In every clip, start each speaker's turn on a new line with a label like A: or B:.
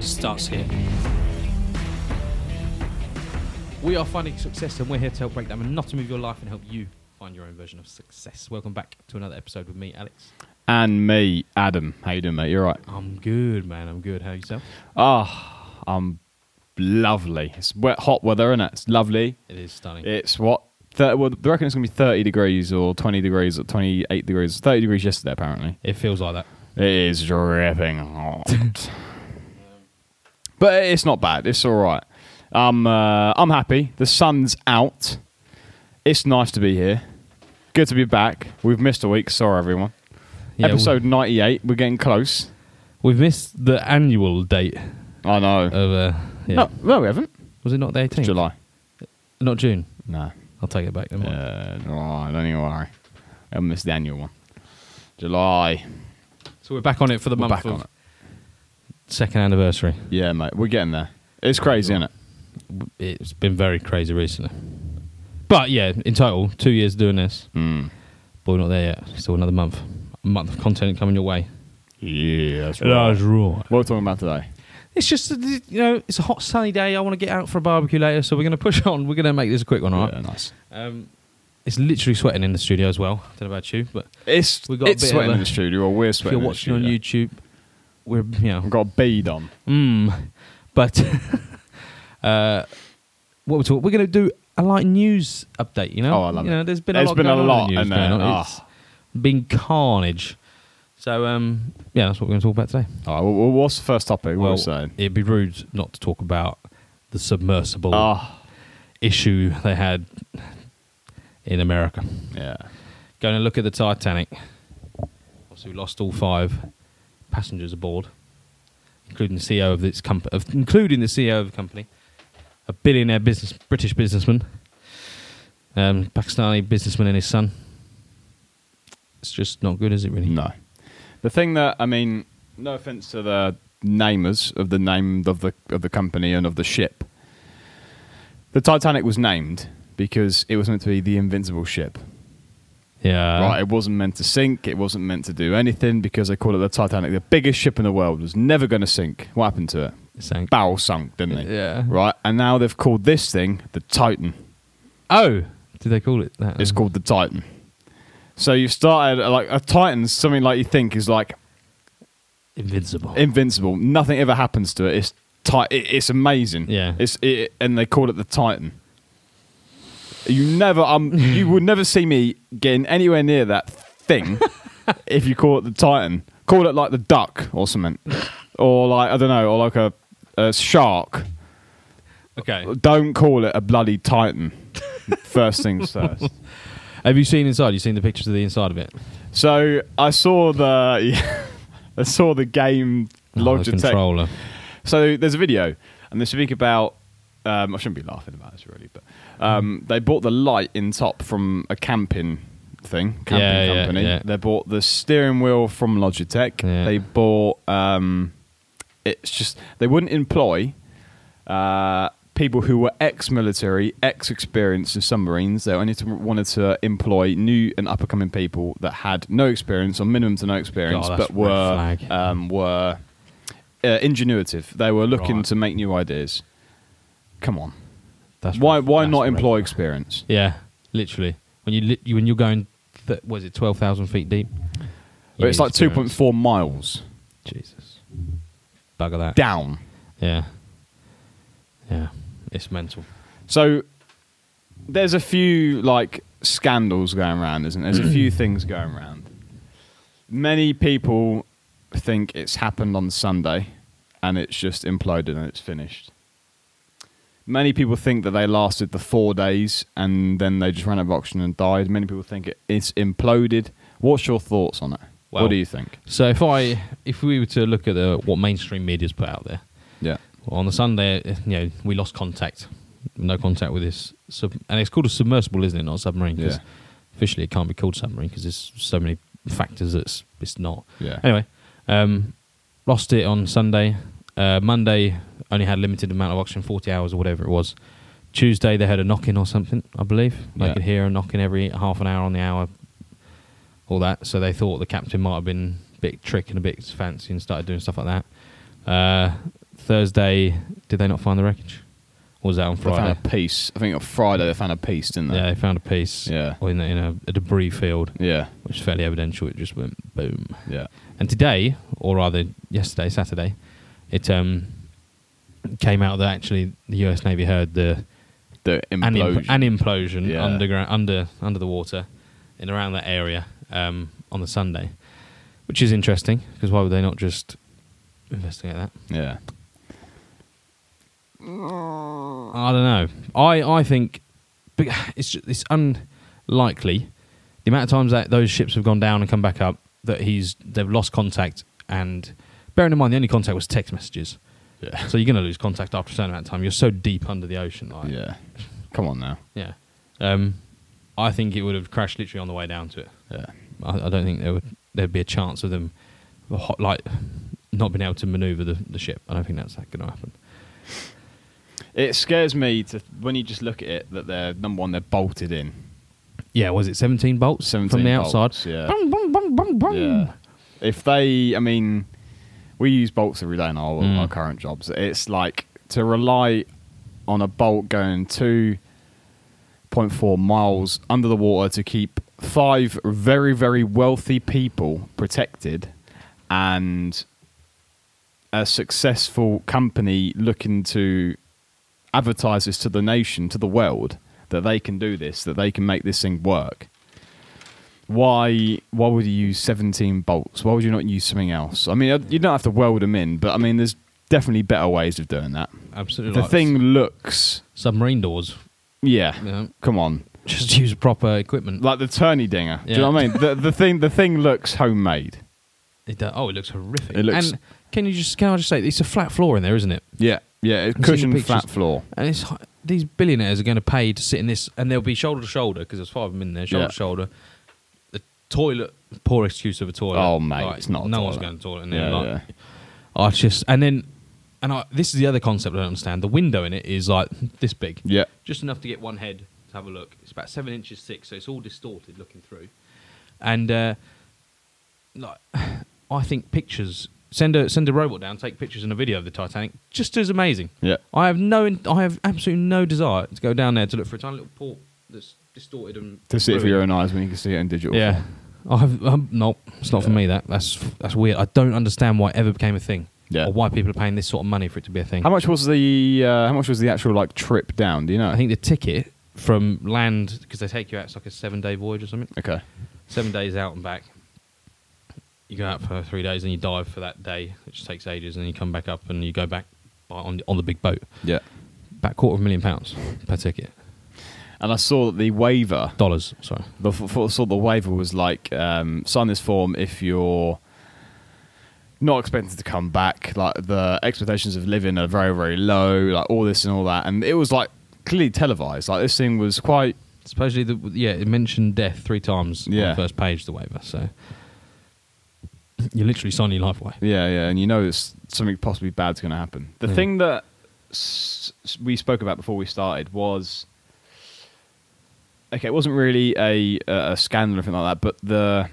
A: starts here.
B: We are finding success, and we're here to help break down the monotony of your life and help you find your own version of success. Welcome back to another episode with me, Alex.
C: And me, Adam. How you doing, mate? You're right.
B: I'm good, man. I'm good. How yourself?
C: Ah, I'm lovely. It's wet, hot weather, and it's lovely.
B: It is stunning.
C: It's what thir well, they reckon it's gonna be 30 degrees or 20 degrees or 28 degrees. 30 degrees yesterday, apparently.
B: It feels like that.
C: It is dripping hot, but it's not bad. It's all right. I'm uh, I'm happy. The sun's out. It's nice to be here. Good to be back. We've missed a week. Sorry, everyone.
B: Yeah,
C: Episode 98. We're getting close.
B: we- We've missed the annual date
C: I know.
B: of. Uh, yeah.
C: No, no, we haven't.
B: Was it not the 18th?
C: It's July.
B: Not June.
C: No.
B: I'll take it back. Never mind.
C: Uh, July. Don't even worry. I missed the annual one. July.
B: So we're back on it for the
C: We're
B: month
C: back
B: of
C: on it.
B: second anniversary.
C: Yeah, mate. We're getting there. It's crazy, isn't it?
B: It's been very crazy recently. But yeah, in total, two years doing this.
C: Mm.
B: But we're not there yet. Still another month. A month of content coming your way.
C: Yeah, that's
B: right.
C: What are we talking about today?
B: It's just you know, it's a hot sunny day. I want to get out for a barbecue later, so we're going to push on. We're going to make this a quick one, all right?
C: Yeah, nice.
B: Um, it's literally sweating in the studio as well. don't know about you, but
C: It's
B: We
C: we
B: got
C: got
B: a
C: it's
B: bit of
C: sweating
B: a-
C: in the studio, or we're
B: if
C: sweating.
B: you're watching on
C: in the studio.
B: YouTube, we're you know,
C: I've got a bead on.
B: mm, but uh, what we're talking, we're going to do a light news update. You know,
C: Oh, I love
B: you
C: it.
B: Know, there's been a
C: There's
B: lot
C: been a
B: going on in the
C: lot,
B: news
C: and, uh,
B: going on.
C: ah.
B: It's been carnage. So um, yeah, that's what we're going to talk about today.
C: All right, well, well, what's the first topic? What are we saying?
B: it'd be rude not to talk about the submersible.
C: Ah,
B: issue they had in America.
C: yeah.
B: Going to look at the Titanic. Obviously, we lost all five passengers aboard, including the CEO of this company, of, including the CEO of the company, a billionaire business, British businessman, um, Pakistani businessman, and his son. It's just not good, is it? Really?
C: No. The thing that I mean, no offense to the namers of the name of the of the company and of the ship. The Titanic was named because it was meant to be the invincible ship.
B: Yeah.
C: right, it wasn't meant to sink, it wasn't meant to do anything because they called it the Titanic, the biggest ship in the world was never going to sink. What happened to it?
B: Sank.
C: Barrel sunk, didn't they?
B: Yeah.
C: Right, and now they've called this thing the Titan.
B: Oh, did they call it that?
C: It's called the Titan. So you've started uh, like a Titan, something like you think is like
B: Invincible.
C: invincible. Nothing ever happens to it. It's tight. It, it's amazing.
B: Yeah.
C: It's it, and they call it the Titan. You never um you would never see me getting anywhere near that thing if you call it the Titan. Call it like the duck or something, or like I don't know, or like a, a shark.
B: okay.
C: Don't call it a bloody Titan. First things first.
B: Have you seen inside? You seen the pictures of the inside of it?
C: So I saw the I saw the game
B: Oh, the
C: Logitech
B: controller.
C: So there's a video, and they speak about. Um, I shouldn't be laughing about this really, but um, they bought the light in top from a camping thing, camping
B: Yeah, yeah,
C: company.
B: yeah.
C: They bought the steering wheel from Logitech.
B: Yeah.
C: They bought. Um, it's just they wouldn't employ uh, people who were ex-military, ex-experienced in submarines. They only to, wanted to employ new and up-and-coming people that had no experience or minimum to no experience,
B: that's
C: but
B: red
C: were
B: flag.
C: um, were uh, ingenuitive. They were looking
B: Right.
C: to make new ideas. Come on,
B: That's
C: why
B: right.
C: why
B: That's
C: not
B: right.
C: employ experience?
B: Yeah, literally. When you, lit you when you're going, th- was it twelve thousand feet deep? You
C: it's
B: need
C: like two point
B: experience.
C: four miles
B: Jesus, bugger that.
C: down.
B: Yeah, yeah, it's mental.
C: So there's a few like scandals going around, isn't there?
B: Mm.
C: There's a few things going around. Many people think it's happened on Sunday and it's just imploded and it's finished. Many people think that they lasted the four days and then they just ran out of oxygen and died. Many people think it, it's imploded. What's your thoughts on it?
B: Well-
C: what do you think?
B: So if I if we were to look at the, what mainstream media's put out there,
C: Yeah.
B: Well, on the Sunday, you know, we lost contact, no contact with this, sub- and it's called a submersible, isn't it? Not a submarine. 'cause
C: Yeah.
B: Officially, it can't be called submarine because there's so many factors that's it's not.
C: Yeah.
B: Anyway, um, lost it on Sunday. Uh, Monday only had limited amount of oxygen, forty hours or whatever it was. Tuesday they had a knocking or something, I believe. They
C: Yeah.
B: could hear a knocking every half an hour on the hour, all that. So they thought the captain might have been a bit trick and a bit fancy and started doing stuff like that. Uh, Thursday, did they not find the wreckage? Or was that on
C: They
B: Friday?
C: found a piece. I think on Friday they found a piece, didn't they?
B: Yeah, they found a piece
C: Yeah.
B: in, a, in a, a debris field,
C: Yeah.
B: which is fairly evidential. It just went boom.
C: Yeah.
B: And today, or rather yesterday, Saturday, it um, came out that actually the US Navy heard the
C: The
B: an,
C: implosion.
B: impl- an implosion
C: Yeah.
B: underground, under under the water, in around that area um, on the Sunday, which is interesting because why would they not just investigate that?
C: yeah.
B: I don't know. I I think but it's ju- it's unlikely the amount of times that those ships have gone down and come back up that he's they've lost contact and bearing in mind the only contact was text messages.
C: Yeah.
B: So you're going to lose contact after a certain amount of time. You're so deep under the ocean, like
C: Yeah. Come on now.
B: yeah. Um, I think it would have crashed literally on the way down to it.
C: Yeah.
B: I, I don't think there would there'd be a chance of them ho- like not being able to manoeuvre the, the ship. I don't think that's going to happen.
C: It scares me to when you just look at it that they're number one, they're bolted in.
B: Yeah, was it 17 bolts
C: 17
B: from the
C: bolts,
B: outside?
C: yeah.
B: Bum, bum, bum, bum, bum.
C: Yeah. If they, I mean, we use bolts every day in our,
B: Mm.
C: our current jobs. It's like to rely on a bolt going 2.4 miles under the water to keep five very, very wealthy people protected and a successful company looking to advertise this to the nation, to the world, that they can do this, that they can make this thing work why why would you use 17 bolts why would you not use something else i mean you don't have to weld them in but i mean there's definitely better ways of doing that
B: Absolutely.
C: the
B: like
C: thing looks
B: submarine doors.
C: yeah,
B: Yeah.
C: come on
B: Just use proper equipment.
C: like the tourney dinger do you
B: Yeah.
C: know what i mean the, the thing the thing looks homemade
B: It do- oh, it looks horrific.
C: It looks-
B: and can you just can I just say it's a flat floor in there, isn't it?
C: yeah yeah it
B: seen
C: cushioned
B: pictures.
C: flat floor
B: And it's hi- these billionaires are going to pay to sit in this, and they'll be shoulder to shoulder because there's five of them in there, shoulder
C: Yeah.
B: to shoulder. The toilet, poor excuse of a toilet.
C: Oh, mate,
B: Like,
C: it's not a
B: No one's
C: toilet.
B: going to toilet in there.
C: yeah,
B: like,
C: yeah.
B: I just and then and I, this is the other concept I don't understand. The window in it is like this big.
C: Yeah.
B: Just enough to get one head to have a look. It's about seven inches thick, so it's all distorted looking through. And uh, like, I think pictures. Send a send a robot down, take pictures and a video of the Titanic. Just as amazing.
C: Yeah.
B: I have no, in, I have absolutely no desire to go down there to look for a tiny little port that's distorted and
C: to see it for
B: ruined.
C: your own eyes when you can see it in digital
B: Yeah,
C: form.
B: I have. Um, no, it's not for
C: Yeah.
B: me. That that's that's weird. I don't understand why it ever became a thing.
C: Yeah.
B: Or why people are paying this sort of money for it to be a thing.
C: how much was the uh, how much was the actual like trip down do you know
B: I think the ticket from land because they take you out. It's like a seven-day voyage or something.
C: okay
B: Seven days out and back. You go out for three days and you dive for that day, which takes ages, and then you come back up and you go back by- on on the big boat.
C: yeah
B: About quarter of a million pounds per ticket.
C: and i saw that the waiver
B: Dollars, sorry.
C: the f- f- sort of the waiver was like um, sign this form if you're not expected to come back like the expectations of living are very very low like all this and all that and it was like clearly televised like this thing was quite
B: Supposedly, the, yeah, it mentioned death three times on
C: Yeah.
B: the first page of the waiver. So you're literally signing your life away.
C: yeah yeah and you know it's something possibly bad's going to happen the
B: Yeah.
C: thing that s- s- we spoke about before we started was okay it wasn't really a a scandal or anything like that but the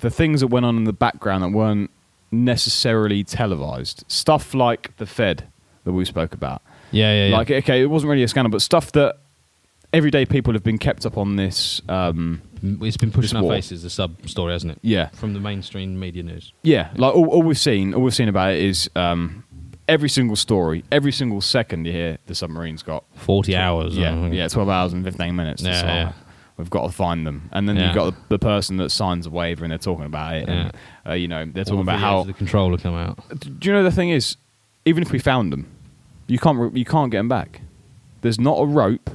C: the things that went on in the background that weren't necessarily televised stuff like the fed that we spoke about
B: Yeah, yeah, yeah.
C: like okay it wasn't really a scandal but stuff that everyday people have been kept up on this um
B: It's been pushing
C: This
B: our
C: war.
B: faces, the sub story, hasn't it?
C: yeah
B: From the mainstream media news.
C: Yeah, like all, all we've seen, all we've seen about it is um, every single story, every single second you hear the submarine's got.
B: 40 hours. or
C: Yeah,
B: something.
C: yeah, twelve hours and fifteen minutes. It's
B: Yeah,
C: like,
B: yeah.
C: We've got to find them, and then
B: Yeah.
C: you've got the, the person that signs a waiver, and they're talking about it, and uh, you know they're
B: All
C: talking
B: the
C: about
B: videos
C: how.
B: of The controller come out.
C: Do you know the thing is, even if we found them, you can't re- you can't get them back. There's not a rope,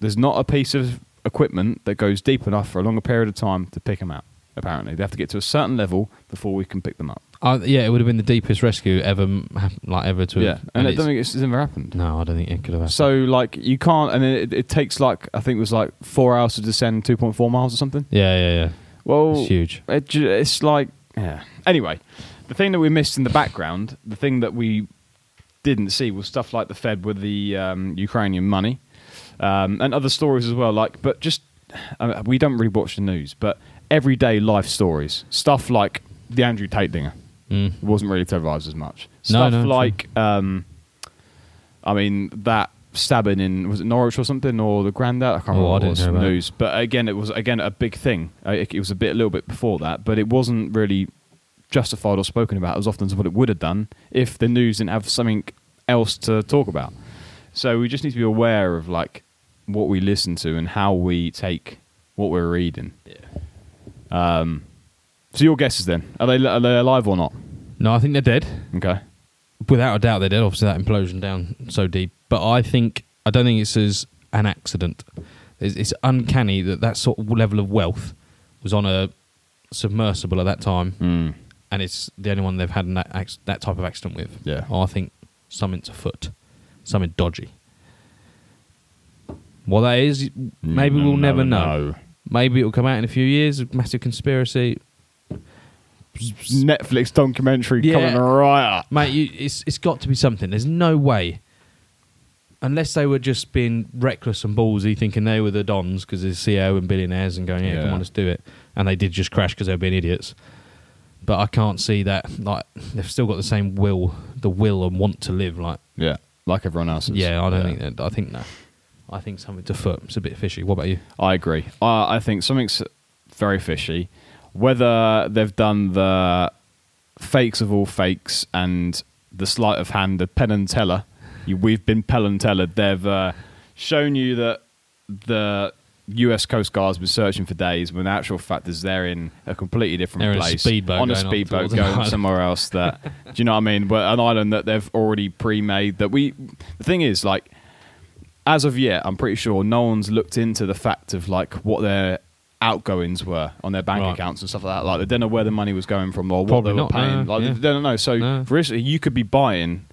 C: there's not a piece of equipment that goes deep enough for a longer period of time to pick them out. Apparently, they have to get to a certain level before we can pick them up.
B: Uh, yeah, it would have been the deepest rescue ever, m- hap- like ever to.
C: yeah,
B: have,
C: and I
B: it's-
C: don't think it's, it's ever happened.
B: no, I don't think it could have happened.
C: So like you can't, and it, it takes like I think it was like four hours to descend two point four miles or something.
B: yeah, yeah, yeah.
C: Well,
B: It's huge.
C: It, ju- it's like yeah. Anyway, the thing that we missed in the background, the thing that we didn't see was stuff like the Fed with the um, Ukrainian money um, and other stories as well. Like, but just uh, we don't rewatch the news, but everyday life stories, stuff like the Andrew Tate dinger
B: Mm.
C: wasn't really televised as much.
B: No,
C: Stuff
B: no, true.
C: like, um, I mean, that stabbing in was it Norwich or something or the Grandad? I can't
B: Oh,
C: remember.
B: I
C: what it
B: didn't
C: was
B: hear
C: from the
B: about it.
C: news, but again, it was again a big thing. Uh, It, it was a bit, a little bit before that, but it wasn't really justified or spoken about as often as what it would have done if the news didn't have something else to talk about. So we just need to be aware of like what we listen to and how we take what we're reading. Yeah. Um. So your guesses then are they are they alive or not?
B: No, I think they're dead.
C: Okay.
B: Without a doubt, they're dead. Obviously, that implosion down so deep. But I think I don't think it's as an accident. It's, it's uncanny that that sort of level of wealth was on a submersible at that time,
C: Mm.
B: and it's the only one they've had that acc- that type of accident with.
C: Yeah.
B: I think something's afoot, something dodgy. What that is, maybe
C: No,
B: we'll
C: no,
B: never know.
C: no.
B: Maybe it'll come out in a few years. A massive conspiracy.
C: Netflix documentary
B: Yeah.
C: coming right up.
B: Mate, you, it's it's got to be something. There's no way, unless they were just being reckless and ballsy, thinking they were the dons because they're CEO E and billionaires and going, yeah,
C: Yeah.
B: come on, let's do it. And they did just crash because they were being idiots. But I can't see that. Like they've still got the same will, the will and want to live. Like,
C: Yeah, like everyone else.
B: yeah, I don't think that. I think no. I think something's afoot. It's a bit fishy. What about you?
C: I agree. Uh, I think something's very fishy. Whether they've done the fakes of all fakes and the sleight of hand, the pen and teller, you, we've been pen and tellered. They've uh, shown you that the U.S. Coast Guard's been searching for days, when the actual fact is they're in a completely different
B: They're in a
C: place,
B: speedboat
C: on a
B: going off
C: speedboat
B: towards an
C: going
B: island.
C: somewhere else. That do you know what I mean? But an island that they've already pre-made. That we, the thing is, like as of yet, I'm pretty sure no one's looked into the fact of like what their outgoings were on their bank
B: Right.
C: accounts and stuff like that. Like they don't know where the money was going from or
B: Probably
C: what
B: not,
C: they were paying.
B: no,
C: like
B: yeah.
C: they don't know. So
B: No.
C: for instance, you could be buying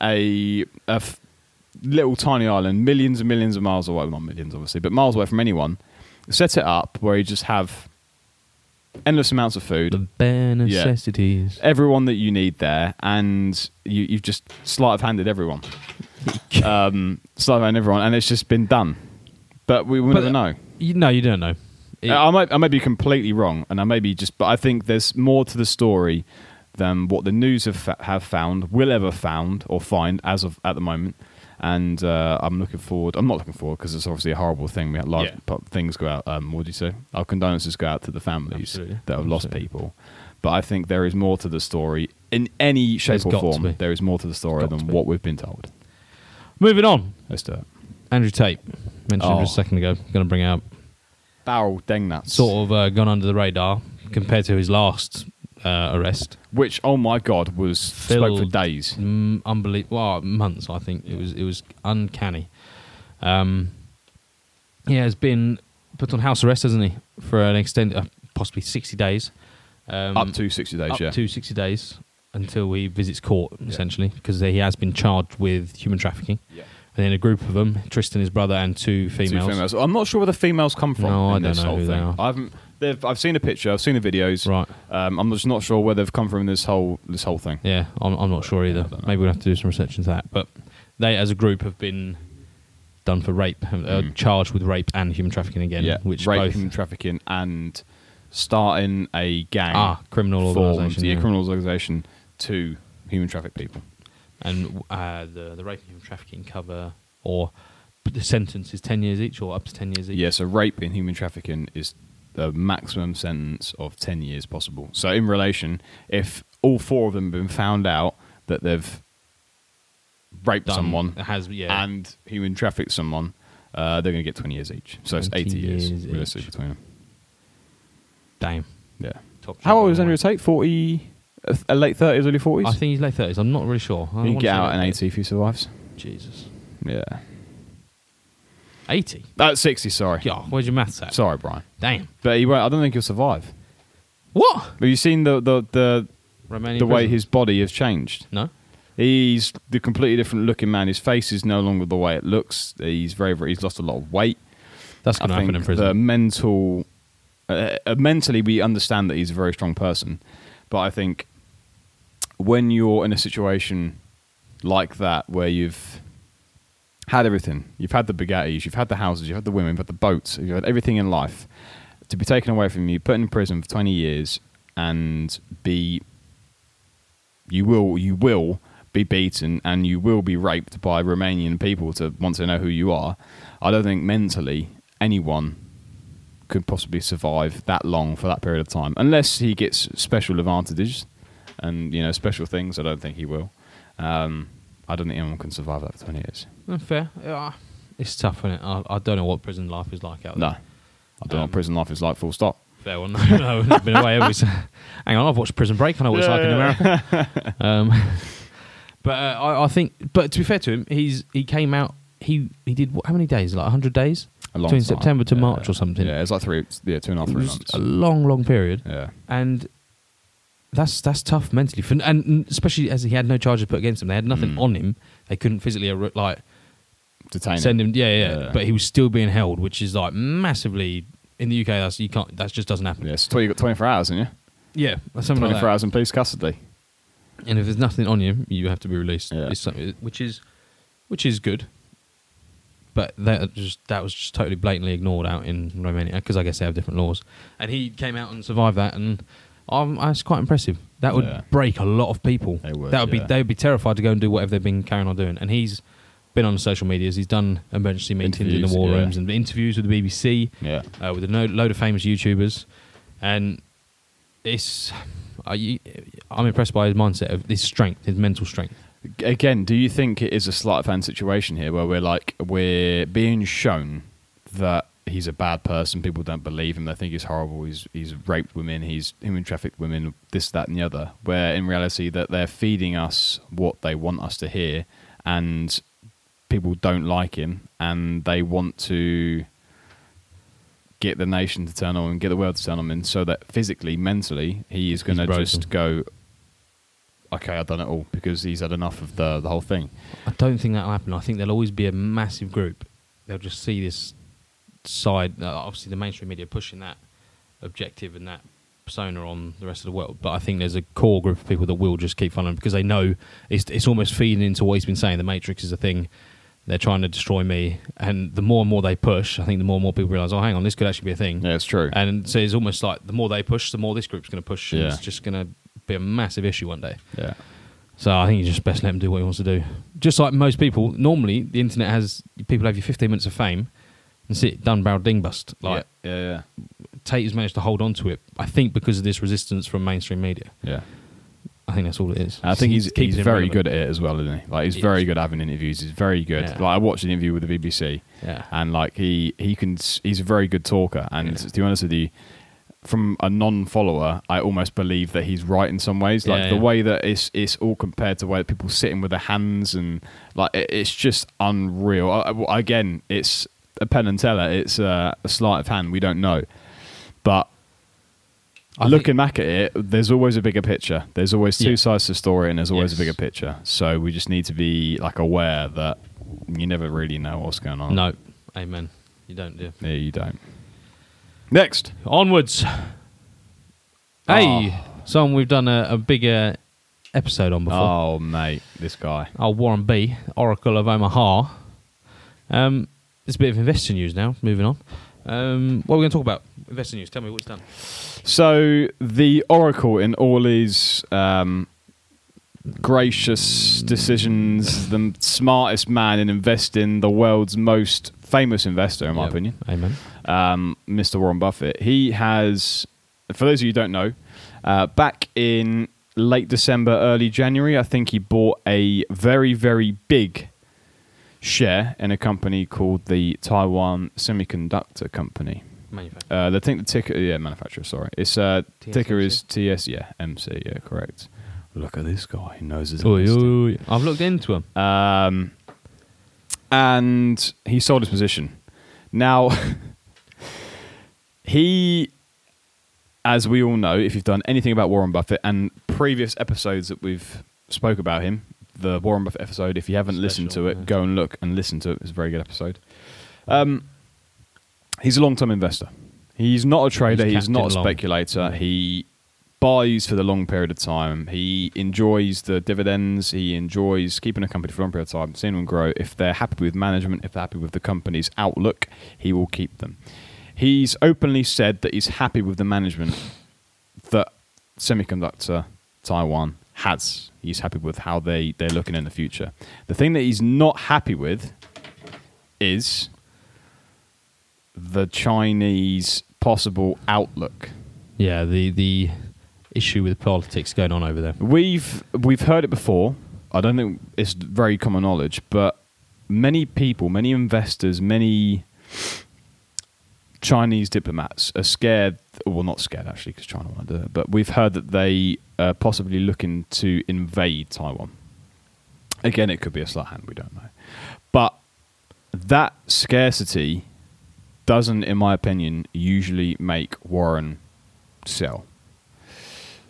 C: a, a f- little tiny island, millions and millions of miles away. Well, not millions, obviously, but miles away from anyone. Set it up where you just have endless amounts of food
B: The bare
C: Yeah.
B: necessities.
C: everyone that you need there, and you, you've just sleight of handed everyone. um, sleight of hand everyone, and it's just been done. But we will
B: But-
C: never know.
B: You, no, you don't know. It-
C: I might, I might be completely wrong, and I may be just, but I think there's more to the story than what the news have, fa- have found, will ever found or find as of at the moment. And uh, I'm looking forward. I'm not looking forward because it's obviously a horrible thing. We had live
B: Yeah.
C: po- things go out. Um, what do you say? Our condolences go out to the families
B: Absolutely.
C: that have lost
B: Absolutely.
C: people. But I think there is more to the story in any shape
B: There's
C: or
B: got to
C: form.
B: be.
C: There is more to the story
B: Got to
C: than
B: be.
C: what we've been told.
B: Moving on.
C: Let's do it.
B: Andrew Tate mentioned
C: Oh.
B: just a second ago. Going to bring out
C: Barrel dang nuts.
B: sort of uh, gone under the radar compared to his last uh, arrest.
C: Which, oh my God, was spoke for
B: Filled-
C: days.
B: Mm, unbelievable. Well, months, I think it was. It was uncanny. Um, he has been put on house arrest, hasn't he, for an extended, uh, possibly sixty days. Um,
C: up to 60 days,
B: up
C: yeah.
B: to sixty days until he visits court, essentially, because he has been charged with human trafficking.
C: Yeah.
B: And then a group of them, Tristan, his brother, and two females.
C: Two females. I'm not sure where the females come from.
B: No, I
C: in
B: don't
C: this
B: know
C: whole
B: who they
C: thing.
B: are.
C: I haven't. They've, I've seen a picture. I've seen the videos.
B: Right.
C: Um, I'm just not sure where they've come from in this whole this whole thing.
B: Yeah, I'm, I'm not sure either. Maybe we'll have to do some research into that. But they, as a group, have been done for rape, have, uh,
C: Mm.
B: charged with rape and human trafficking again.
C: yeah.
B: which
C: rape,
B: both
C: human trafficking, and starting a gang.
B: ah criminal
C: formed,
B: organisation.
C: Yeah,
B: yeah.
C: criminal organisation to human traffic people.
B: And uh, the the rape and human trafficking cover or the sentence is ten years each or up to ten years each.
C: Yeah. So rape and human trafficking is the maximum sentence of 10 years possible. So in relation, if all four of them have been found out that they've raped
B: Done-
C: someone,
B: has yeah.
C: and human traffic someone, uh, they're going to get 20 years each. So it's
B: 20
C: 80 years,
B: years
C: realistically
B: each.
C: between them.
B: damn.
C: Yeah.
B: Top
C: How
B: job
C: old
B: on
C: was
B: the
C: Andrew
B: way.
C: Tate? 40, uh, uh, late 30s, early 40s?
B: I think he's late thirties. I'm not really sure. I
C: you can
B: wanna
C: get
B: say
C: out
B: late
C: in
B: 30s.
C: 80 if he survives.
B: Jesus,
C: Yeah.
B: eighty.
C: That's 60, sorry.
B: Yeah, where's your maths at?
C: Sorry, Brian.
B: Damn.
C: But he won't, I don't think he'll survive.
B: What?
C: Have you seen the the the,
B: Romanian
C: the way
B: prison?
C: his body has changed?
B: No.
C: He's the completely different looking man. His face is no longer the way it looks. He's very, very he's lost a lot of weight.
B: That's going to
C: I think
B: happen in
C: the
B: prison.
C: mental, uh, uh, mentally, we understand that he's a very strong person, but I think when you're in a situation like that where you've had everything, you've had the Bugattis, you've had the houses, you've had the women, you've had the boats, you've had everything in life, to be taken away from you, put in prison for 20 years, and be you will you will be beaten and you will be raped by Romanian people to want to know who you are. I don't think mentally anyone could possibly survive that long for that period of time, unless he gets special advantages and you know special things. I don't think he will. Um, I don't think anyone can survive that for twenty years.
B: Uh, fair. Yeah. It's tough, isn't it? I, I don't know what prison life is like out
C: No,
B: there.
C: I don't know
B: Um,
C: what prison life is like. Full stop.
B: Fair one. No, no, I've been away. Always. Hang on, I've watched Prison Break. I know what it's like in America. um, but uh, I, I think, but to be fair to him, he's he came out. He he did what, how many days? Like hundred days
C: A long
B: between
C: time.
B: September to
C: Yeah,
B: March or something.
C: Yeah, it's like three. Yeah, two and a half,
B: it
C: three
B: was
C: months.
B: a long, long period,
C: Yeah,
B: and that's that's tough mentally, for, and especially as he had no charges put against him. They had nothing
C: Mm.
B: on him. They couldn't physically ar- like
C: detained.
B: send him. Yeah, yeah,
C: Yeah.
B: But he was still being held, which is like massively in the UK. That's you can't. That just doesn't happen.
C: Yeah, so you got twenty-four hours, haven't you?
B: Yeah, something like
C: Twenty-four
B: that.
C: hours in police custody.
B: and if there's nothing on you, you have to be released.
C: Yeah.
B: It's something- which is, which is good. But that just that was just totally blatantly ignored out in Romania because I guess they have different laws. And he came out and survived that, and um, that's quite impressive. That would
C: Yeah.
B: break a lot of people.
C: They would,
B: That would
C: yeah.
B: be they would be terrified to go and do whatever they've been carrying on doing. And he's been on social medias. He's done emergency meetings in
C: Interviews,
B: the war
C: yeah.
B: rooms and interviews with the BBC
C: Yeah.
B: uh, with a no- load of famous YouTubers, and it's I, you- I'm impressed by his mindset of his strength, his mental strength.
C: Again, do you think it is a slight of hand situation here where we're like we're being shown that he's a bad person, people don't believe him, they think he's horrible, he's he's raped women, he's human trafficked women, this, that and the other, where in reality that they're feeding us what they want us to hear and people don't like him and they want to get the nation to turn on him, get the world to turn on him so that physically, mentally, he is gonna
B: broken.
C: just go okay, I've done it all because he's had enough of the the whole thing.
B: I don't think that'll happen. I think there'll always be a massive group. They'll just see this side. uh, Obviously, the mainstream media pushing that objective and that persona on the rest of the world. But I think there's a core group of people that will just keep following because they know it's it's almost feeding into what he's been saying. The Matrix is a thing. They're trying to destroy me, and the more and more they push, I think the more and more people realize, oh, hang on, this could actually be a thing.
C: Yeah, it's true.
B: And so it's almost like the more they push, the more this group's going to push. And
C: Yeah.
B: It's just going to be a massive issue one day.
C: yeah.
B: So I think you just best let him do what he wants to do. Just like most people, normally the internet has people have your 15 minutes of fame and sit done barrel ding bust. Like
C: yeah, yeah,
B: Tate has managed to hold on to it, I think, because of this resistance from mainstream media.
C: yeah.
B: I think that's all it is.
C: I think he's
B: Keeps
C: he's
B: it
C: very
B: relevant.
C: good at it as well, isn't he? Like he's
B: He
C: very
B: is.
C: good at having interviews. He's very good.
B: Yeah.
C: Like I watched an interview with the BBC,
B: Yeah.
C: and like he he can s- he's a very good talker. And
B: Yeah.
C: to be honest with you, from a non-follower, I almost believe that he's right in some ways. Like
B: Yeah,
C: the
B: yeah.
C: way that it's it's all compared to the way that people sitting with their hands and like it, it's just unreal. I, I- again, it's a pen and teller. It's a, a sleight of hand. We don't know, but
B: I think-
C: looking back at it, there's always a bigger picture. There's always two
B: Yeah.
C: sides to the story, and there's always
B: Yes.
C: a bigger picture. So we just need to be like aware that you never really know what's going on.
B: No. Amen. You don't do.
C: yeah, you don't. Next,
B: Onwards. Hey,
C: Oh.
B: someone we've done a, a bigger episode on before.
C: oh mate, this guy.
B: Oh, Warren B, Oracle of Omaha. Um, there's a bit of investor news now. Moving on. Um, what are we going to talk about? Investor news. Tell me what's done.
C: So the Oracle in all his um, gracious decisions, the smartest man in investing, the world's most famous investor, in my
B: Yep.
C: opinion.
B: Amen.
C: um, Mr. Warren Buffett. He has, for those of you who don't know, uh, back in late December, early January, I think he bought a very, very big share in a company called the Taiwan Semiconductor Company.
B: Manufacturing.
C: Uh, the think the ticker, yeah, manufacturer. Sorry, it's uh, ticker
B: TSMC?
C: is TS, yeah, MC, yeah, correct. Look at this guy; he knows his.
B: Oi,
C: investing.
B: oi, oi. I've looked into them.
C: Um, and he sold his position. Now, he as we all know, if you've done anything about Warren Buffett and previous episodes that we've spoke about him, the Warren Buffett episode, if you haven't listened to
B: Special,
C: it,
B: yeah.
C: go and look and listen to it. It's a very good episode. Um, he's a long-term investor. He's not a trader. He's,
B: He's
C: not a
B: capped it long.
C: speculator. He buys for the long period of time. He enjoys the dividends. He enjoys keeping a company for a long period of time, seeing them grow. If they're happy with management, if they're happy with the company's outlook, he will keep them. He's openly said that he's happy with the management that semiconductor Taiwan has. He's happy with how they, they're looking in the future. The thing that he's not happy with is the Chinese possible outlook.
B: Yeah, the the issue with politics going on over there.
C: We've we've heard it before. I don't think it's very common knowledge, but many people, many investors, many Chinese diplomats are scared. Well, not scared actually, because China want to do it. But we've heard that they are possibly looking to invade Taiwan. Again, it could be a slight hand. We don't know, but that scarcity doesn't, in my opinion, usually make Warren sell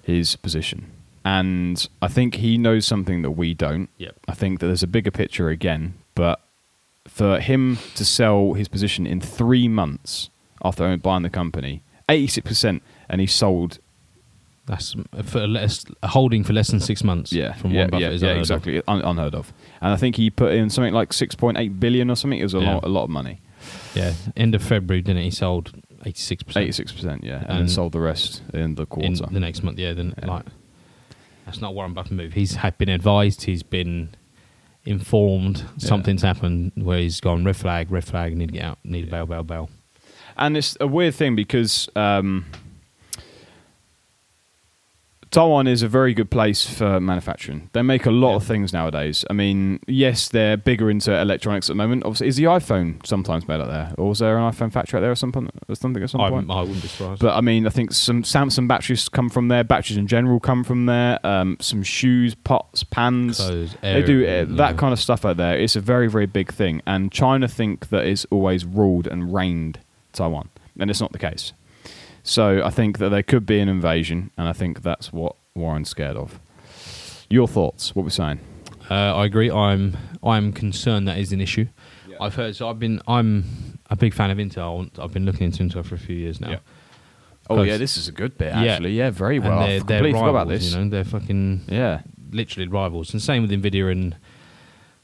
C: his position. And I think he knows something that we don't.
B: Yep.
C: I think that there's a bigger picture again, but for him to sell his position in three months after only buying the company, 86%, and he sold.
B: That's for less, a holding for less than six months.
C: Yeah,
B: from
C: yeah,
B: Warren Buffett
C: yeah,
B: is
C: yeah,
B: unheard of.
C: exactly, Un- unheard of. And I think he put in something like 6.8 billion or something. It was a
B: Yeah.
C: lot, a lot of money.
B: Yeah, end of February, didn't it? He sold eighty six percent
C: 86%, yeah, and, then
B: And-
C: sold the rest in the
B: in
C: quarter.
B: the next month. Yeah, then
C: Yeah.
B: like that's not a Warren Buffett move. He's had been advised. He's been informed something's happened where he's gone red flag, red flag. Need to get out. Need to bail, bail, bail.
C: and it's a weird thing because um, Taiwan is a very good place for manufacturing. They make a lot of things nowadays. I mean, yes, they're bigger into electronics at the moment. Obviously, is the iPhone sometimes made out there, or was there an iPhone factory out there or something? Or something at some
B: I,
C: point?
B: I wouldn't be surprised.
C: But I mean, I think some Samsung batteries come from there. Batteries in general come from there. Um, some shoes, pots, pans.
B: Clothes,
C: they do uh,
B: air-
C: that
B: yeah.
C: kind of stuff out there. It's a very, very big thing. And China think that it's always ruled and reigned Taiwan, and it's not the case. So I think that there could be an invasion, and I think that's what Warren's scared of. Your thoughts? What we're saying?
B: Uh, I agree. I'm I'm concerned that is an issue.
C: Yeah.
B: I've heard. So I've been. I'm a big fan of Intel. I've been looking into Intel for a few years now.
C: Yeah. Oh
B: Cause-
C: yeah, this is a good bit
B: Yeah.
C: actually. Yeah, very
B: And
C: well. I
B: they're,
C: f-
B: they're
C: completely forgot
B: rivals,
C: about this.
B: You know, they're fucking
C: Yeah,
B: literally rivals. And same with Nvidia and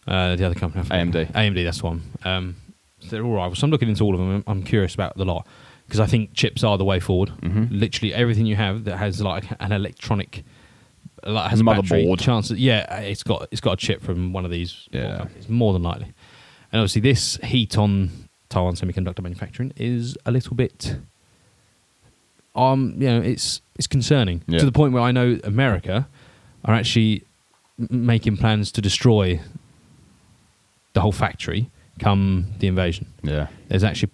B: uh, the other company. I forget.
C: AMD.
B: AMD, that's one. Um, so they're all rivals. So I'm looking into all of them. I'm curious about the lot because I think chips are the way forward.
C: Mm-hmm.
B: Literally everything you have that has like an electronic. Like has a battery,
C: Motherboard.
B: chances. Yeah, it's got it's got a chip from one of these
C: Yeah.
B: companies, more than likely. And obviously, this heat on Taiwan semiconductor manufacturing is a little bit, um, you know, it's it's concerning
C: Yeah.
B: to the point where I know America are actually m- making plans to destroy the whole factory come the invasion.
C: yeah,
B: There's actually,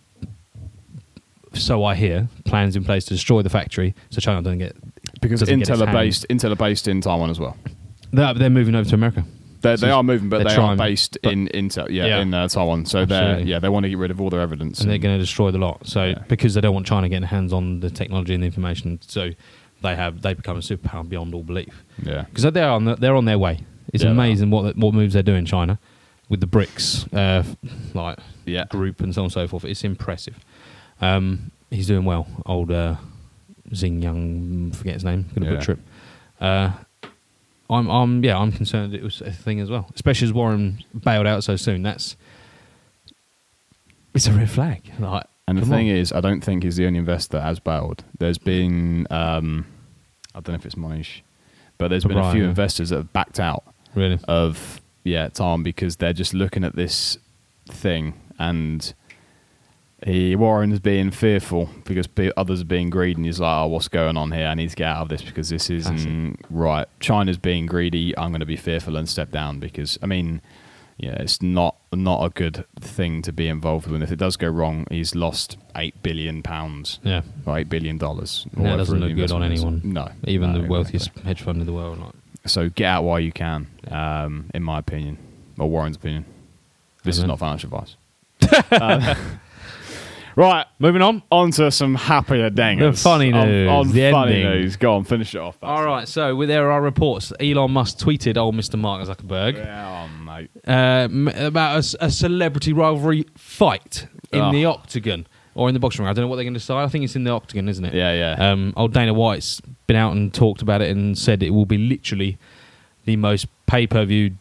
B: so I hear, plans in place to destroy the factory so China doesn't get
C: because
B: doesn't get its
C: Intel are
B: hand.
C: based. Intel are based in Taiwan as well.
B: They're, they're moving over to America.
C: They're,
B: So
C: they are moving, but
B: they're
C: they
B: trying,
C: are based
B: but-
C: in Intel, yeah,
B: Yeah.
C: in uh, Taiwan. So they're
B: Absolutely.
C: yeah, they want to get rid of all their evidence.
B: and they're going to destroy the lot. So
C: Yeah.
B: because they don't want China getting hands on the technology and the information, so they have they become a superpower beyond all belief.
C: yeah,
B: Because they're on the, they're on their way. It's
C: Yeah, they
B: amazing what what moves they're doing China with the BRICS uh, like
C: Yeah.
B: group and so on and so forth. It's impressive. Um, he's doing well. Old uh, Xing Yang, forget his name. Going to
C: Yeah.
B: put trip. Uh, I'm, I'm, yeah, I'm concerned it was a thing as well, especially as Warren bailed out so soon. That's it's a red flag. Like,
C: And the
B: come
C: thing
B: on.
C: is, I don't think he's the only investor that has bailed. There's been, um, I don't know if it's Monish, but there's been a few
B: Right.
C: investors that have backed out
B: really,
C: uh, of yeah Tom because they're just looking at this thing and he Warren's being fearful because pe- others are being greedy and he's like, oh, what's going on here? I need to get out of this because this isn't right. China's being greedy. I'm going to be fearful and step down because I mean, yeah, it's not not a good thing to be involved with. And if it does go wrong, he's lost eight billion pounds.
B: yeah.
C: Or eight billion dollars. or
B: And that
C: whatever
B: doesn't
C: the
B: look good on
C: investment is.
B: anyone.
C: No,
B: even
C: no,
B: the
C: exactly.
B: wealthiest hedge fund in the world. Like,
C: So get out while you can, um, in my opinion, or Warren's opinion. This is
B: Amen.
C: not financial advice. Um, Right,
B: Moving on.
C: on to some happier dangers.
B: funny
C: On-
B: news,
C: On,
B: the
C: funny
B: ending.
C: news. Go on, finish it off. That's
B: All right, so well, there are reports that Elon Musk tweeted old Mr. Mark Zuckerberg
C: Yeah, oh, mate.
B: um, about a s- a, celebrity rivalry fight in
C: Ugh.
B: the octagon or in the boxing ring. I don't know what they're going to decide. I think it's in the octagon, isn't it?
C: Yeah, yeah.
B: Um, old Dana White's been out and talked about it and said it will be literally the most pay per view,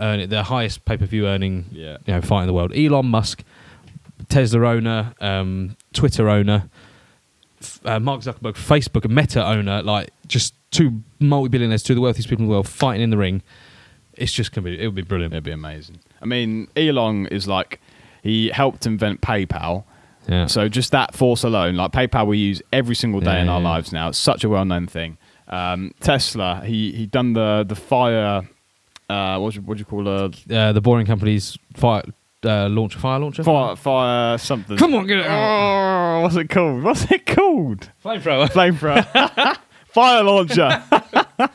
B: earn the highest pay per view earning
C: Yeah.
B: you know, fight in the world. Elon Musk, Tesla owner, um, Twitter owner, f- uh, Mark Zuckerberg, Facebook, and Meta owner, like just two multi billionaires, two of the wealthiest people in the world fighting in the ring. It's just gonna be, it'll be brilliant.
C: It'd be amazing. I mean, Elon is like he helped invent PayPal.
B: Yeah.
C: So just that force alone, like PayPal, we use every single day
B: Yeah,
C: in our
B: yeah.
C: lives now. It's such a well-known thing. Um, Tesla, he he done the the fire. Uh, what do you, what do you call a
B: uh, the boring company's fire uh, launcher, fire launcher.
C: fire fire something?
B: Come on, get it out.
C: Oh, what's it called? What's it called?
B: Flamethrower.
C: Flamethrower. Fire launcher.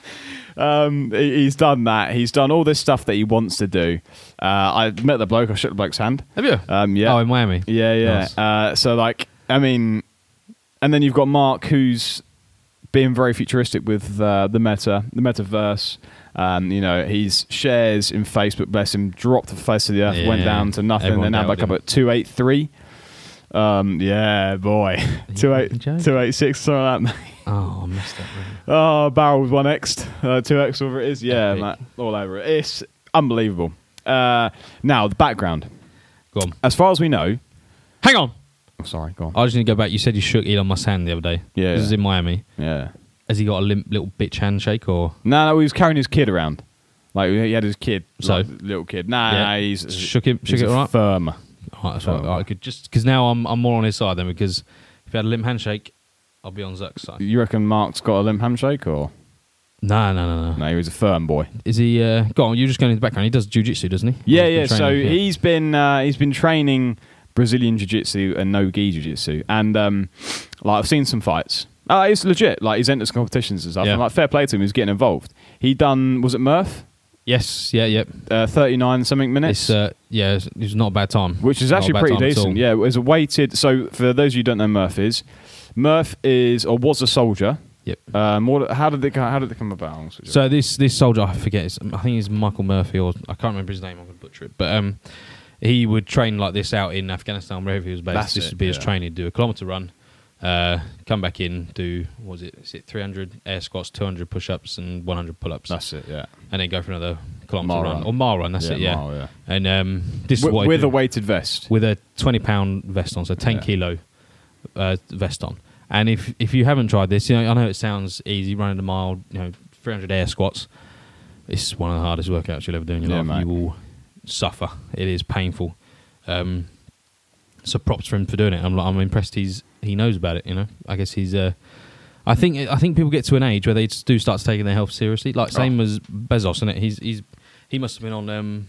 C: um, he- he's done that. He's done all this stuff that he wants to do. Uh, I met the bloke. I shook the bloke's hand.
B: Have you?
C: Um, yeah.
B: Oh, in Miami.
C: Yeah, yeah.
B: Nice.
C: Uh, so like, I mean, and then you've got Mark, who's being very futuristic with uh, the meta, the metaverse. Um, you know, his shares in Facebook, bless him, dropped the face of the earth, went
B: Yeah.
C: down to nothing. They're
B: Everyone
C: now back
B: doubted
C: up
B: him.
C: at two eight three. Um, yeah, boy, two eight
B: joke.
C: two eight six, something like that. mate.
B: Oh, I missed that. Really.
C: Oh, barrels one x, uh, two x, whatever it is. Yeah,
B: Epic.
C: mate, all over it. It's unbelievable. Uh, now the background,
B: Go on.
C: as far as we know.
B: Hang on.
C: Oh, sorry, go on.
B: I just need to go back. You said you shook Elon Musk's hand the other day.
C: Yeah.
B: This is in Miami.
C: yeah.
B: Has he got a limp little bitch handshake or?
C: No, no, he was carrying his kid around. Like he had his kid,
B: So?
C: like, little kid. Nah,
B: Yeah.
C: nah, he's
B: Shook him-
C: he's
B: shook it
C: a Oh.
B: right?
C: Firm.
B: All right, that's right. All right, good. Just because now I'm I'm more on his side then because if he had a limp handshake, I'll be on Zuck's side.
C: You reckon Mark's got a limp handshake or
B: No, no, no, no.
C: no? He was a firm boy.
B: Is he? Uh, go on. You're just going in the background. He does jujitsu, doesn't he?
C: Yeah, yeah.
B: He's been
C: So
B: training,
C: he's been uh, he's been training Brazilian jiu jitsu and no gi jiu jitsu, and um, like I've seen some fights. Uh, it's legit. Like he's entered some competitions and stuff.
B: Yeah.
C: And, like fair play to him, he's getting involved. He done was it Murph
B: Yes. Yeah. Yep.
C: uh, thirty nine something minutes.
B: It's uh, yeah. It's, it's not a bad time.
C: which is
B: Not a
C: actually
B: bad
C: pretty
B: time at all.
C: decent. Yeah, it was a weighted. So for those of you who don't know, Murph is Murph is or was a soldier.
B: Yep.
C: Um, what, how did they co- how did they come about?
B: So this this soldier, I forget, it's, I think it's Michael Murphy or I can't remember his name. I'm gonna butcher it, but um, he would train like this out in Afghanistan wherever he was based.
C: That's
B: this
C: it,
B: would be his
C: yeah.
B: training: do a kilometer run, uh, come back in, do what was it? Is it 300 air squats, 200 push-ups, and 100 pull-ups,
C: that's it. Yeah,
B: and then go for another kilometer
C: Mile
B: run.
C: run.
B: or mile run. That's
C: Yeah,
B: it. Yeah.
C: mile, yeah.
B: And um, this is
C: Wi-
B: what
C: with
B: I
C: a
B: do
C: weighted vest.
B: with a 20 pound vest on, so 10
C: Yeah.
B: kilo uh, vest on. And if if you haven't tried this, you know I know it sounds easy running a mile, you know, 300 air squats. It's one of the hardest workouts you'll ever do in your
C: Yeah,
B: life.
C: mate.
B: You will suffer. It is painful. Um, so props for him for doing it. I'm like, I'm impressed. He's he knows about it. You know, I guess he's. Uh, I think I think people get to an age where they just do start taking their health seriously.
C: Oh.
B: Like same as Bezos, isn't it? He's he's he must have been on um,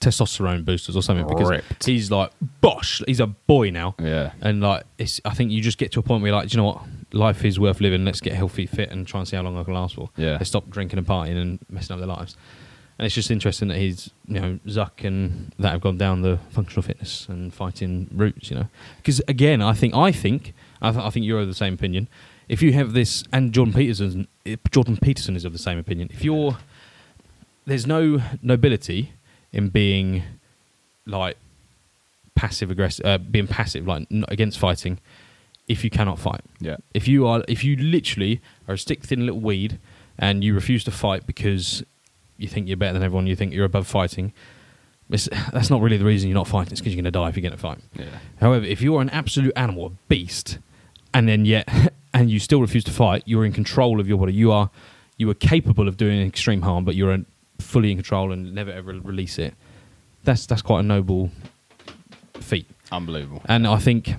B: testosterone boosters or something because
C: Ripped.
B: he's like bosh, he's a boy now,
C: yeah,
B: and like it's. I think you just get to a point where you're like, do you know what? Life is worth living. Let's get healthy, fit, and try and see how long I can last for.
C: Yeah.
B: Let's stop drinking and partying and messing up their lives. And it's just interesting that he's, you know, Zuck and that have gone down the functional fitness and fighting routes, you know. Because again, I think, I think, I, th- I think you're of the same opinion. If you have this, and Jordan Peterson, Jordan Peterson is of the same opinion. If you're, there's no nobility in being, like, passive aggressive, uh, being passive, like n- against fighting, if you cannot fight.
C: yeah,
B: If you are, if you literally are a stick thin little weed and you refuse to fight because you think you're better than everyone, you think you're above fighting, it's, that's not really the reason you're not fighting. It's because you're going to die if you get in a fight.
C: yeah.
B: However, if you are an absolute animal, a beast, and then yet, and you still refuse to fight, you're in control of your body. You are, you are capable of doing extreme harm, but you're in, fully in control and never ever release it. That's that's quite a noble feat.
C: Unbelievable.
B: And I think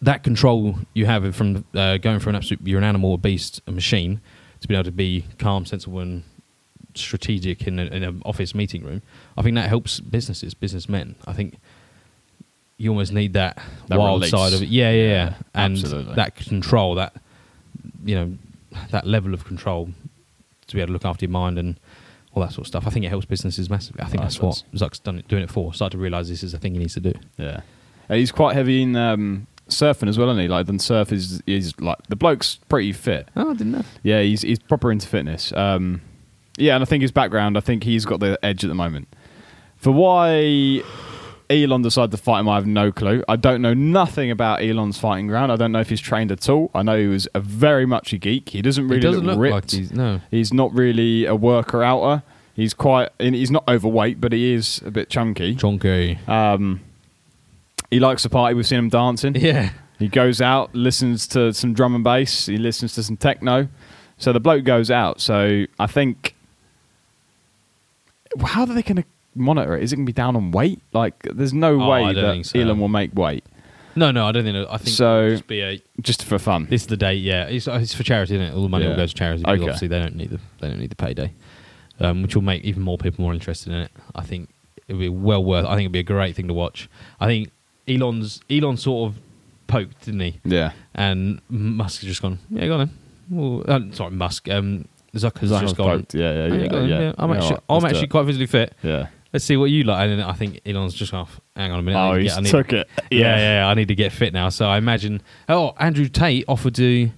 B: that control you have from uh, going from an absolute, you're an animal, a beast, a machine, to be able to be calm, sensible, and strategic in, a, in an office meeting room, I think that helps businesses, businessmen. I think you almost need that,
C: That
B: wild
C: release.
B: side of it. Yeah, yeah, yeah.
C: Yeah,
B: And
C: absolutely.
B: that control, that, you know, that level of control to be able to look after your mind and all that sort of stuff. I think it helps businesses massively. I think
C: Oh,
B: that's
C: it
B: what Zuck's done it, doing it for. Started to realise this is a thing he needs to do.
C: Yeah, And he's quite heavy in um, surfing as well, isn't he? Like, then surf is is like the bloke's pretty fit.
B: Oh, I didn't know.
C: Yeah, he's he's proper into fitness. Um, yeah, and I think his background, I think he's got the edge at the moment. For why Elon decided to fight him, I have no clue. I don't know nothing about Elon's fighting ground. I don't know if he's trained at all. I know he was a very much a geek. He doesn't really
B: he doesn't
C: look,
B: look,
C: ripped.
B: like he's no.
C: He's not really a worker outer. He's quite. and He's not overweight, but he is a bit chunky.
B: Chonky.
C: Um, he likes to party. We've seen him dancing.
B: yeah.
C: He goes out, listens to some drum and bass. He listens to some techno. So the bloke goes out. So I think. How are they going to monitor it? Is it going to be down on weight? Like, there's no
B: Oh, I
C: way
B: don't think
C: that
B: so.
C: Elon will make weight
B: No, no, I don't think. I think
C: So-
B: it'll just be a.
C: just for fun.
B: This is the date. Yeah, it's, uh, it's for charity, isn't it? All the money
C: Yeah.
B: will go to charity. because
C: Okay.
B: Obviously, they don't need the they don't need the payday, um, which will make even more people more interested in it. I think it'll be well worth. I think it'll be a great thing to watch. I think Elon's Elon sort of poked, didn't he?
C: yeah.
B: And Musk has just gone. Yeah, go on. Then. Well, uh, sorry, Musk. Um, Zuck has just
C: Zuckerberg.
B: gone.
C: Yeah,
B: "Oh,
C: yeah, yeah.
B: go on,
C: yeah.
B: yeah, I'm
C: You know
B: actually,
C: what?
B: I'm
C: Let's do
B: actually
C: it.
B: quite physically fit.
C: Yeah.
B: Let's see what you like. And then I think Elon's just off. Hang on a minute. I
C: Oh,
B: need to
C: he
B: get- I need-
C: took it.
B: yeah, yeah, I need to get fit now. So I imagine. Oh, Andrew Tate offered to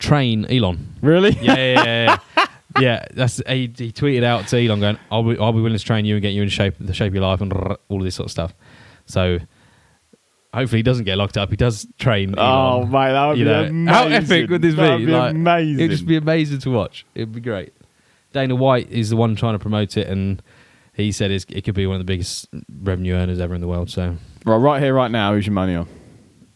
B: train Elon.
C: Really?
B: Yeah, yeah, yeah. yeah. yeah that's he, he tweeted out to Elon going, "I'll be, I'll be willing to train you and get you in shape, the shape of your life, and all of this sort of stuff." So hopefully he doesn't get locked up. He does train.
C: Oh,
B: Elon,
C: mate, that would
B: you
C: be
B: know.
C: amazing.
B: how epic would this
C: That'd
B: be?
C: be
B: Like,
C: amazing.
B: It'd just be amazing to watch. It'd be great. Dana White is the one trying to promote it, and he said it's, it could be one of the biggest revenue earners ever in the world. So
C: Right, right here, right now, who's your money on?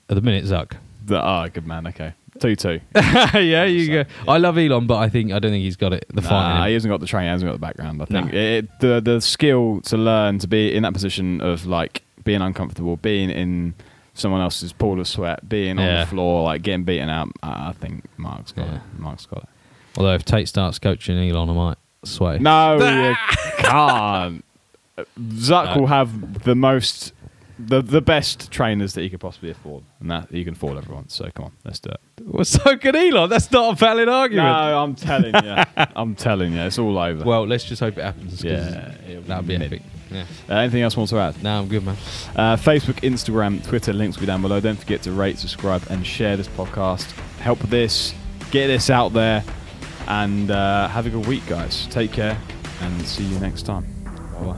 B: at the minute, Zuck.
C: The, ah, good man. Okay. 2 2.
B: yeah, you go. I love Elon, but I think I don't think he's got it. The
C: Nah, he
B: fight.
C: hasn't got the training, he hasn't got the background. I
B: No.
C: think it, it- the the skill to learn to be in that position of like being uncomfortable, being in someone else's pool of sweat, being on
B: Yeah.
C: the floor, like getting beaten out. I I think Mark's got
B: Yeah.
C: it. Mark's got it.
B: Although if Tate starts coaching Elon, I might sway.
C: No, you can't. Zuck
B: No.
C: will have the most, the the best trainers that he could possibly afford, and that he can afford everyone. So come on, let's do it.
B: Well, so could Elon. That's not a valid
C: No,
B: argument.
C: I'm telling you, I'm telling you, it's all over.
B: Well, let's just hope it happens. 'cause
C: yeah, it'll
B: that'd be
C: mid.
B: epic. Yeah.
C: Uh, anything else you want to add?
B: No, I'm good, man.
C: Uh, Facebook, Instagram, Twitter, links will be down below. Don't forget to rate, subscribe, and share this podcast. Help this, get this out there, and uh, have a good week, guys. Take care, and see you next time. Bye bye.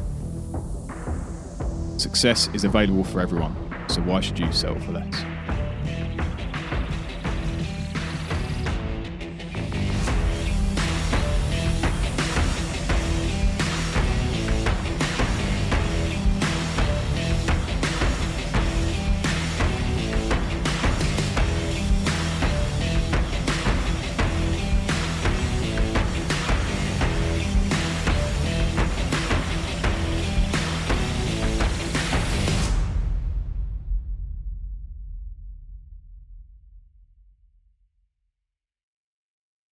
C: Success is available for everyone, so why should you settle for less?